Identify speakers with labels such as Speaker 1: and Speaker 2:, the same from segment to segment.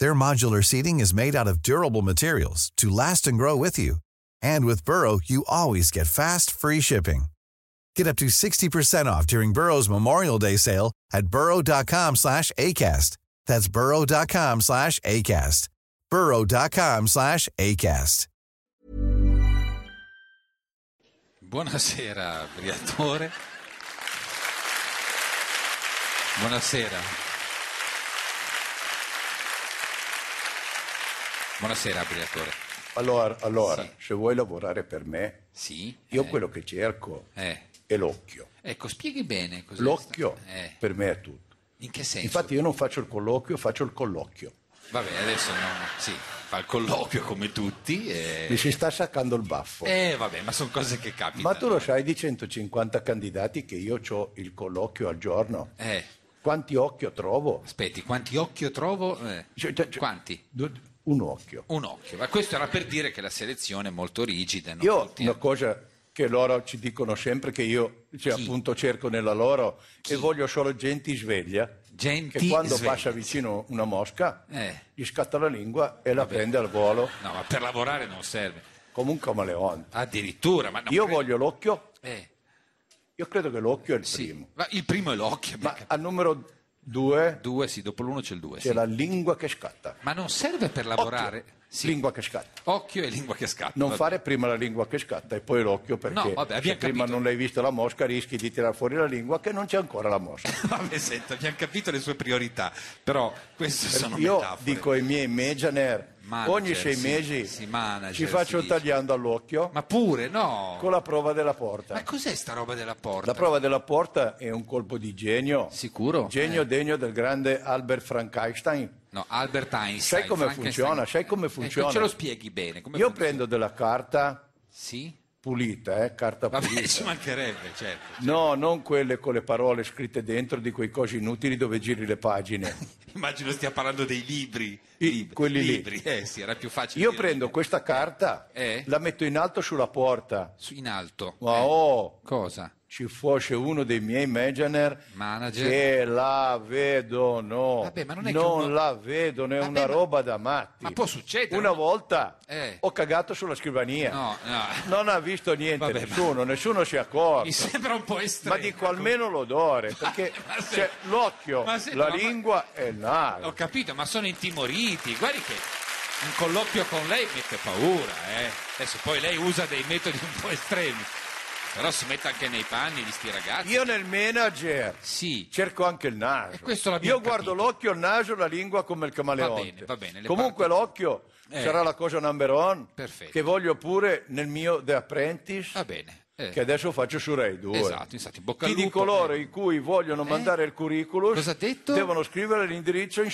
Speaker 1: Their modular seating is made out of durable materials to last and grow with you. And with Burrow, you always get fast, free shipping. Get up to 60% off during Burrow's Memorial Day sale at burrow.com slash ACAST. That's burrow.com slash ACAST. burrow.com slash ACAST.
Speaker 2: Buonasera, Briatore. Buonasera. Buonasera, Briatore.
Speaker 3: Allora, allora, se vuoi lavorare per me,
Speaker 2: Sì?
Speaker 3: io
Speaker 2: eh,
Speaker 3: quello che cerco
Speaker 2: eh.
Speaker 3: è l'occhio.
Speaker 2: Ecco, spieghi bene cos'è
Speaker 3: L'occhio
Speaker 2: sta- eh,
Speaker 3: per me è tutto.
Speaker 2: In che senso?
Speaker 3: Infatti io non faccio il colloquio, faccio il collocchio.
Speaker 2: Vabbè, adesso no, sì, fa il colloquio come tutti
Speaker 3: Mi
Speaker 2: e...
Speaker 3: si sta saccando il baffo.
Speaker 2: Eh, vabbè, ma sono cose che capitano.
Speaker 3: Ma tu lo sai di 150 candidati che io ho il colloquio al giorno?
Speaker 2: Eh,
Speaker 3: Quanti occhio trovo?
Speaker 2: aspetti, quanti occhio trovo? Eh,
Speaker 3: Cioè, cioè, cioè,
Speaker 2: Quanti?
Speaker 3: du- Un occhio.
Speaker 2: Un occhio. Ma questo era per dire che la selezione è molto rigida. non
Speaker 3: Io
Speaker 2: tutti-
Speaker 3: una cosa che loro ci dicono sempre che io cioè,
Speaker 2: Chi?
Speaker 3: appunto cerco nella loro e voglio solo gente sveglia
Speaker 2: Gente
Speaker 3: che quando
Speaker 2: sveglia.
Speaker 3: passa vicino una mosca
Speaker 2: Eh.
Speaker 3: gli scatta la lingua e la prende al volo
Speaker 2: No, ma per lavorare non serve.
Speaker 3: come un camaleonte.
Speaker 2: Addirittura, ma non
Speaker 3: Io
Speaker 2: credo-
Speaker 3: voglio l'occhio,
Speaker 2: Eh,
Speaker 3: io credo che l'occhio è il
Speaker 2: sì.
Speaker 3: primo,
Speaker 2: Ma il primo è l'occhio.
Speaker 3: ma
Speaker 2: mica-
Speaker 3: al numero due
Speaker 2: Due, sì, dopo l'uno c'è il due.
Speaker 3: c'è
Speaker 2: sì.
Speaker 3: la lingua che scatta.
Speaker 2: Ma non serve per lavorare.
Speaker 3: Occhio,
Speaker 2: Sì.
Speaker 3: Lingua che scatta.
Speaker 2: Occhio e lingua che scappa.
Speaker 3: Non
Speaker 2: vabbè.
Speaker 3: fare prima la lingua che scatta e poi l'occhio perché
Speaker 2: No, vabbè,
Speaker 3: se
Speaker 2: abbiamo
Speaker 3: prima
Speaker 2: capito.
Speaker 3: non l'hai vista la mosca rischi di tirar fuori la lingua che non c'è ancora la mosca.
Speaker 2: Vabbè, senta, abbiamo capito le sue priorità, però queste sono
Speaker 3: Eh, Io
Speaker 2: metafore.
Speaker 3: dico ai miei manager,
Speaker 2: Manager,
Speaker 3: ogni sei
Speaker 2: sì,
Speaker 3: mesi
Speaker 2: sì, manager,
Speaker 3: ci
Speaker 2: si
Speaker 3: faccio
Speaker 2: dice.
Speaker 3: tagliando all'occhio
Speaker 2: Ma pure, no.
Speaker 3: con la prova della porta.
Speaker 2: Ma cos'è sta roba della porta?
Speaker 3: La prova della porta è un colpo di genio,
Speaker 2: Sicuro? Eh.
Speaker 3: genio degno del grande Albert Frankenstein.
Speaker 2: No, Albert Einstein.
Speaker 3: Sai come
Speaker 2: Frankenstein.
Speaker 3: funziona? Sai come
Speaker 2: Ecco,
Speaker 3: funziona?
Speaker 2: ce lo spieghi bene. come
Speaker 3: Io
Speaker 2: funziona.
Speaker 3: prendo della carta
Speaker 2: Sì?
Speaker 3: pulita, eh, carta
Speaker 2: Vabbè, cioè
Speaker 3: pulita.
Speaker 2: ci mancherebbe, certo.
Speaker 3: No, non quelle con le parole scritte dentro di quei cosi inutili dove giri le pagine.
Speaker 2: Immagino stia parlando dei libri.
Speaker 3: I-
Speaker 2: Lib-
Speaker 3: quelli lì.
Speaker 2: libri. Eh sì, era più facile.
Speaker 3: Io
Speaker 2: dire-
Speaker 3: prendo questa carta,
Speaker 2: Eh?
Speaker 3: la metto in alto sulla porta.
Speaker 2: Su- In alto.
Speaker 3: Ma
Speaker 2: Eh,
Speaker 3: oh,
Speaker 2: Cosa?
Speaker 3: ci fosse uno dei miei manager,
Speaker 2: Manager.
Speaker 3: che la vedono
Speaker 2: Vabbè, ma non è che uno-
Speaker 3: la vedono è
Speaker 2: Vabbè,
Speaker 3: una
Speaker 2: ma-
Speaker 3: roba da matti
Speaker 2: ma può succedere,
Speaker 3: una
Speaker 2: no?
Speaker 3: volta
Speaker 2: Eh.
Speaker 3: ho cagato sulla scrivania
Speaker 2: No, no.
Speaker 3: non ha visto niente
Speaker 2: Vabbè, ma-
Speaker 3: nessuno nessuno si è accorto
Speaker 2: Mi sembra un po' estremo.
Speaker 3: ma dico almeno l'odore perché
Speaker 2: ma se-
Speaker 3: c'è l'occhio
Speaker 2: ma se-
Speaker 3: la
Speaker 2: ma-
Speaker 3: lingua e il naso
Speaker 2: Ho capito, ma sono intimoriti. Guardi che un colloquio con lei mette paura, eh. Adesso poi lei usa dei metodi un po' estremi. Però si mette anche nei panni di sti ragazzi.
Speaker 3: io nel manager
Speaker 2: Sì.
Speaker 3: Cerco anche il naso.
Speaker 2: E questo l'abbiamo
Speaker 3: Io guardo
Speaker 2: capito.
Speaker 3: l'occhio, il naso, la lingua come il camaleonte.
Speaker 2: Va bene, va bene, le
Speaker 3: Comunque
Speaker 2: parti-
Speaker 3: l'occhio
Speaker 2: Eh.
Speaker 3: sarà la cosa number one
Speaker 2: Perfetto.
Speaker 3: che voglio pure nel mio The Apprentice
Speaker 2: Va bene. eh.
Speaker 3: che adesso faccio su Rai 2.
Speaker 2: Esatto, infatti, in bocca al
Speaker 3: Chi di
Speaker 2: lupo,
Speaker 3: coloro
Speaker 2: eh.
Speaker 3: i cui vogliono mandare il curriculum
Speaker 2: Cosa ha detto?
Speaker 3: devono scrivere l'indirizzo in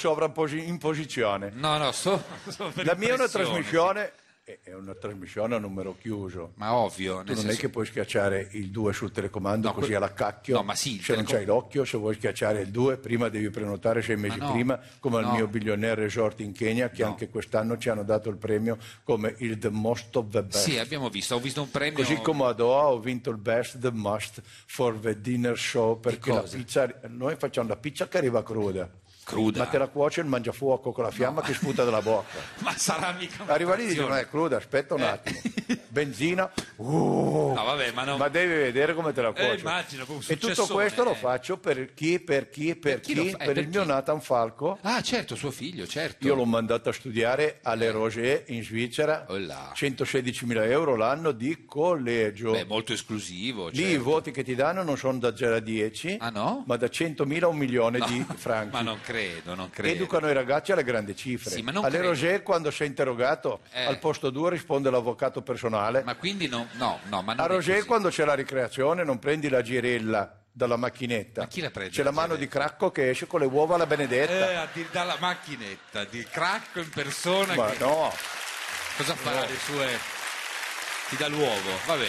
Speaker 3: sovraimposizione.
Speaker 2: No, no, so, so per
Speaker 3: La mia è una
Speaker 2: impressione.
Speaker 3: trasmissione, è- è una trasmissione a numero chiuso.
Speaker 2: Ma ovvio,
Speaker 3: Tu
Speaker 2: nel
Speaker 3: non è
Speaker 2: senso-
Speaker 3: che puoi schiacciare il 2 sul telecomando
Speaker 2: No,
Speaker 3: così
Speaker 2: que-
Speaker 3: alla cacchio.
Speaker 2: No, ma sì, il
Speaker 3: se non
Speaker 2: telecom-
Speaker 3: c'hai l'occhio, se vuoi schiacciare il 2, prima devi prenotare sei mesi
Speaker 2: no,
Speaker 3: prima, come al
Speaker 2: no.
Speaker 3: mio billionaire resort in Kenya, che
Speaker 2: No.
Speaker 3: anche quest'anno ci hanno dato il premio come il The Most of the Best.
Speaker 2: Sì, abbiamo visto, ho visto un premio
Speaker 3: Così come a Doha ho vinto il Best The Must for the Dinner Show, perché la
Speaker 2: cosa?
Speaker 3: pizza- noi facciamo la pizza che arriva cruda.
Speaker 2: cruda.
Speaker 3: Ma te la cuoce il mangiafuoco con la fiamma che sputa dalla bocca.
Speaker 2: Ma sarà mica una
Speaker 3: Arriva lì e dice: No,
Speaker 2: trazione.
Speaker 3: è cruda, aspetta un
Speaker 2: Eh.
Speaker 3: attimo. Benzina,
Speaker 2: No, vabbè, ma no.
Speaker 3: ma devi vedere come te la cuocio.
Speaker 2: Eh, immagino, un
Speaker 3: e tutto
Speaker 2: successone,
Speaker 3: questo lo
Speaker 2: eh.
Speaker 3: faccio per chi, per chi, per,
Speaker 2: Per chi
Speaker 3: chi,
Speaker 2: lo fa- eh,
Speaker 3: per
Speaker 2: per
Speaker 3: il mio
Speaker 2: chi?
Speaker 3: Nathan Falco.
Speaker 2: Ah, certo, suo figlio, certo.
Speaker 3: Io l'ho mandato a studiare alle Rosé in Svizzera,
Speaker 2: Oh là.
Speaker 3: 116.000 euro l'anno di collegio.
Speaker 2: Beh, molto esclusivo.
Speaker 3: Lì i
Speaker 2: certo.
Speaker 3: voti che ti danno non sono da 0 a 10,
Speaker 2: Ah, no?
Speaker 3: ma da 100.000 a un milione di franchi.
Speaker 2: Ma non credo, non credo.
Speaker 3: Educano i ragazzi alle grandi cifre.
Speaker 2: Sì, ma non
Speaker 3: alle
Speaker 2: credo.
Speaker 3: Rosé, quando sei interrogato,
Speaker 2: Eh.
Speaker 3: al posto 2 risponde l'avvocato personale.
Speaker 2: Ma quindi no, no, no, ma non
Speaker 3: A
Speaker 2: è
Speaker 3: Roger
Speaker 2: così.
Speaker 3: quando c'è la ricreazione non prendi la girella dalla macchinetta.
Speaker 2: Ma chi la prende
Speaker 3: C'è
Speaker 2: la
Speaker 3: la mano di
Speaker 2: girella?
Speaker 3: cracco che esce con le uova alla benedetta.
Speaker 2: Eh, a dir dalla macchinetta, di cracco in persona.
Speaker 3: Ma
Speaker 2: che-
Speaker 3: no,
Speaker 2: Cosa farà le sue... ti dà l'uovo, vabbè.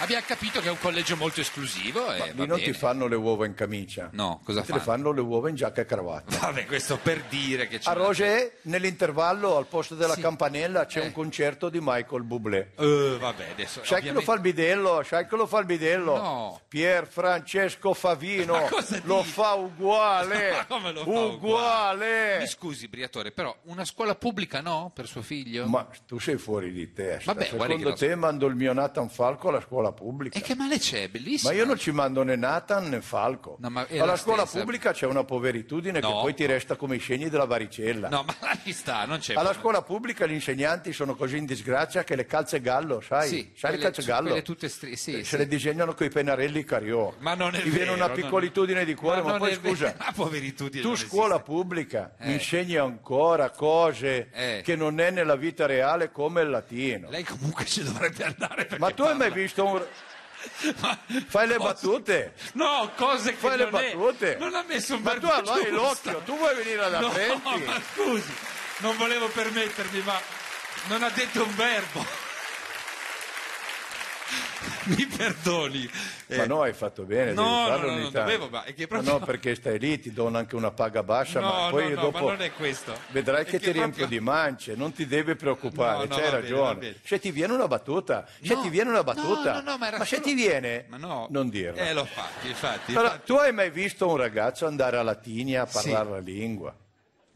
Speaker 2: Abbiamo capito che è un collegio molto esclusivo e Eh, va
Speaker 3: Lì non
Speaker 2: bene.
Speaker 3: ti fanno le uova in camicia.
Speaker 2: No, cosa
Speaker 3: Te le
Speaker 2: fanno?
Speaker 3: fanno le uova in giacca e cravatta.
Speaker 2: Vabbè, questo per dire che c'è...
Speaker 3: A
Speaker 2: una-
Speaker 3: Roger, nell'intervallo, al posto della
Speaker 2: Sì.
Speaker 3: campanella, c'è
Speaker 2: Eh.
Speaker 3: un concerto di Michael Bublé.
Speaker 2: Eh, vabbè, adesso...
Speaker 3: Sai che lo
Speaker 2: ovviamente-
Speaker 3: fa il bidello, sai che lo fa il bidello.
Speaker 2: No.
Speaker 3: Pier Francesco Favino
Speaker 2: Ma cosa
Speaker 3: lo
Speaker 2: dici?
Speaker 3: fa uguale.
Speaker 2: Ma come lo fa
Speaker 3: uguale.
Speaker 2: Mi scusi, Briatore, però una scuola pubblica no per suo figlio?
Speaker 3: Ma tu sei fuori di testa.
Speaker 2: Vabbè, guarda che
Speaker 3: Secondo
Speaker 2: lo
Speaker 3: te mando il mio Nathan Falco alla scuola pubblica.
Speaker 2: E che male c'è, bellissimo.
Speaker 3: Ma io non ci mando né Nathan né Falco.
Speaker 2: No, ma è la
Speaker 3: alla scuola
Speaker 2: stessa.
Speaker 3: pubblica c'è una poveritudine
Speaker 2: No.
Speaker 3: che poi ti resta come i segni della varicella.
Speaker 2: No, ma là ci sta, non c'è...
Speaker 3: Alla scuola pubblica gli insegnanti sono così in disgrazia che le calze gallo, sai?
Speaker 2: Sì,
Speaker 3: sai
Speaker 2: quelle-
Speaker 3: le calze gallo?
Speaker 2: quelle tutte stri- sì,
Speaker 3: se
Speaker 2: sì.
Speaker 3: le disegnano coi pennarelli Cariò.
Speaker 2: Ma non è
Speaker 3: Ti viene
Speaker 2: vero,
Speaker 3: una
Speaker 2: non-
Speaker 3: piccolitudine di cuore, ma,
Speaker 2: non
Speaker 3: poi
Speaker 2: è vero.
Speaker 3: scusa.
Speaker 2: Ma poveritudine.
Speaker 3: Tu
Speaker 2: non
Speaker 3: scuola
Speaker 2: esiste.
Speaker 3: pubblica mi insegni ancora cose
Speaker 2: Eh.
Speaker 3: che non è nella vita reale come il latino.
Speaker 2: Lei comunque ci dovrebbe andare perché
Speaker 3: Ma tu hai mai visto un...
Speaker 2: Ma-
Speaker 3: Fai le
Speaker 2: Cosa-
Speaker 3: battute?
Speaker 2: No, cose che
Speaker 3: Fai le
Speaker 2: non è-
Speaker 3: battute?
Speaker 2: Non ha messo un
Speaker 3: Ma tu
Speaker 2: verbo
Speaker 3: allora hai
Speaker 2: giusto.
Speaker 3: l'occhio, tu vuoi venire alla
Speaker 2: No,
Speaker 3: Prenti?
Speaker 2: ma scusi, non volevo permettermi, ma non ha detto un verbo. Mi perdoni.
Speaker 3: Ma
Speaker 2: Eh,
Speaker 3: no, hai fatto bene.
Speaker 2: No,
Speaker 3: devi
Speaker 2: no,
Speaker 3: farlo
Speaker 2: no,
Speaker 3: ogni
Speaker 2: non
Speaker 3: tanto.
Speaker 2: dovevo, ma è che proprio-
Speaker 3: No, no, perché stai lì, ti do anche una paga bassa,
Speaker 2: no,
Speaker 3: ma poi
Speaker 2: no, no,
Speaker 3: dopo...
Speaker 2: ma non è questo.
Speaker 3: Vedrai
Speaker 2: È
Speaker 3: che, ti riempio
Speaker 2: proprio-
Speaker 3: di mance, non ti devi preoccupare,
Speaker 2: No, no,
Speaker 3: c'hai
Speaker 2: va bene, va
Speaker 3: ragione.
Speaker 2: bene.
Speaker 3: se ti viene una battuta, se
Speaker 2: No,
Speaker 3: ti viene una battuta,
Speaker 2: no, no, no, ma, era
Speaker 3: se
Speaker 2: solo-
Speaker 3: ti viene,
Speaker 2: Ma no.
Speaker 3: non dirla.
Speaker 2: Eh, l'ho fatto, infatti.
Speaker 3: Allora,
Speaker 2: infatti.
Speaker 3: tu hai mai visto un ragazzo andare a Latinia a parlare
Speaker 2: Sì.
Speaker 3: la lingua?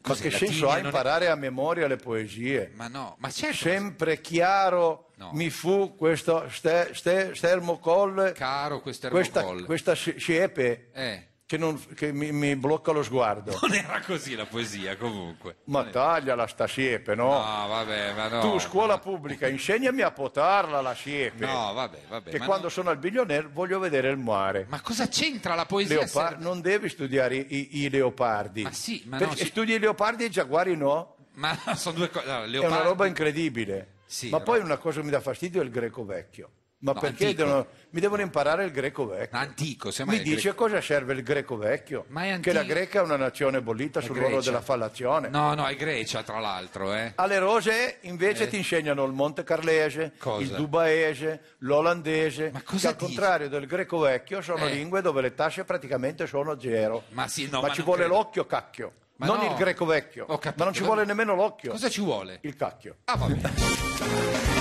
Speaker 3: Ma
Speaker 2: Cos'è,
Speaker 3: che senso
Speaker 2: Latinia
Speaker 3: ha
Speaker 2: non è-
Speaker 3: imparare a memoria le poesie?
Speaker 2: Ma no, ma certo.
Speaker 3: Sempre chiaro
Speaker 2: No.
Speaker 3: mi fu questo ste, ste, stermocolle,
Speaker 2: Caro questo
Speaker 3: questa,
Speaker 2: erbocolle.
Speaker 3: questa sci- siepe
Speaker 2: Eh,
Speaker 3: che, non- che mi, mi blocca lo sguardo.
Speaker 2: non era così la poesia, comunque.
Speaker 3: Ma tagliala sta siepe, no?
Speaker 2: No, vabbè, ma no.
Speaker 3: tu, scuola
Speaker 2: ma-
Speaker 3: pubblica, insegnami a potarla la siepe.
Speaker 2: No, vabbè, vabbè.
Speaker 3: che
Speaker 2: ma
Speaker 3: quando
Speaker 2: no.
Speaker 3: sono al Biglionel voglio vedere il mare.
Speaker 2: Ma cosa c'entra la poesia?
Speaker 3: Leopar-
Speaker 2: se-
Speaker 3: non devi studiare i, i leopardi.
Speaker 2: Ma sì, ma
Speaker 3: Perché
Speaker 2: no, sì.
Speaker 3: studi i leopardi e i giaguari no?
Speaker 2: Ma no, sono due cose. Allora,
Speaker 3: È una
Speaker 2: leopardi-
Speaker 3: roba incredibile.
Speaker 2: Sì,
Speaker 3: Ma
Speaker 2: è
Speaker 3: poi
Speaker 2: roba-
Speaker 3: una cosa che mi dà fastidio è il greco vecchio. Ma
Speaker 2: No,
Speaker 3: perché
Speaker 2: antico. cioè,
Speaker 3: devono- mi devono imparare il greco vecchio?
Speaker 2: Antico, sembra
Speaker 3: Mi
Speaker 2: che-
Speaker 3: dice a cosa serve il greco vecchio?
Speaker 2: Ma è
Speaker 3: che la
Speaker 2: antico.
Speaker 3: greca è una nazione bollita sul ruolo
Speaker 2: Grecia.
Speaker 3: della fallazione.
Speaker 2: No, no, è Grecia, tra l'altro, eh.
Speaker 3: Alle rose invece ti insegnano il Monte Carlese,
Speaker 2: Cosa?
Speaker 3: il Dubaese, l'Olandese,
Speaker 2: Ma cosa
Speaker 3: che al
Speaker 2: dici?
Speaker 3: contrario del greco vecchio sono
Speaker 2: Eh.
Speaker 3: lingue dove le tasche praticamente sono zero.
Speaker 2: Ma sì, no, ma
Speaker 3: ci
Speaker 2: non
Speaker 3: vuole
Speaker 2: credo.
Speaker 3: l'occhio cacchio,
Speaker 2: Ma
Speaker 3: non
Speaker 2: no.
Speaker 3: il greco vecchio,
Speaker 2: Ho capito,
Speaker 3: ma non ci
Speaker 2: va
Speaker 3: vuole
Speaker 2: bene.
Speaker 3: nemmeno l'occhio,
Speaker 2: Cosa ci vuole?
Speaker 3: il cacchio.
Speaker 2: Ah, vabbè.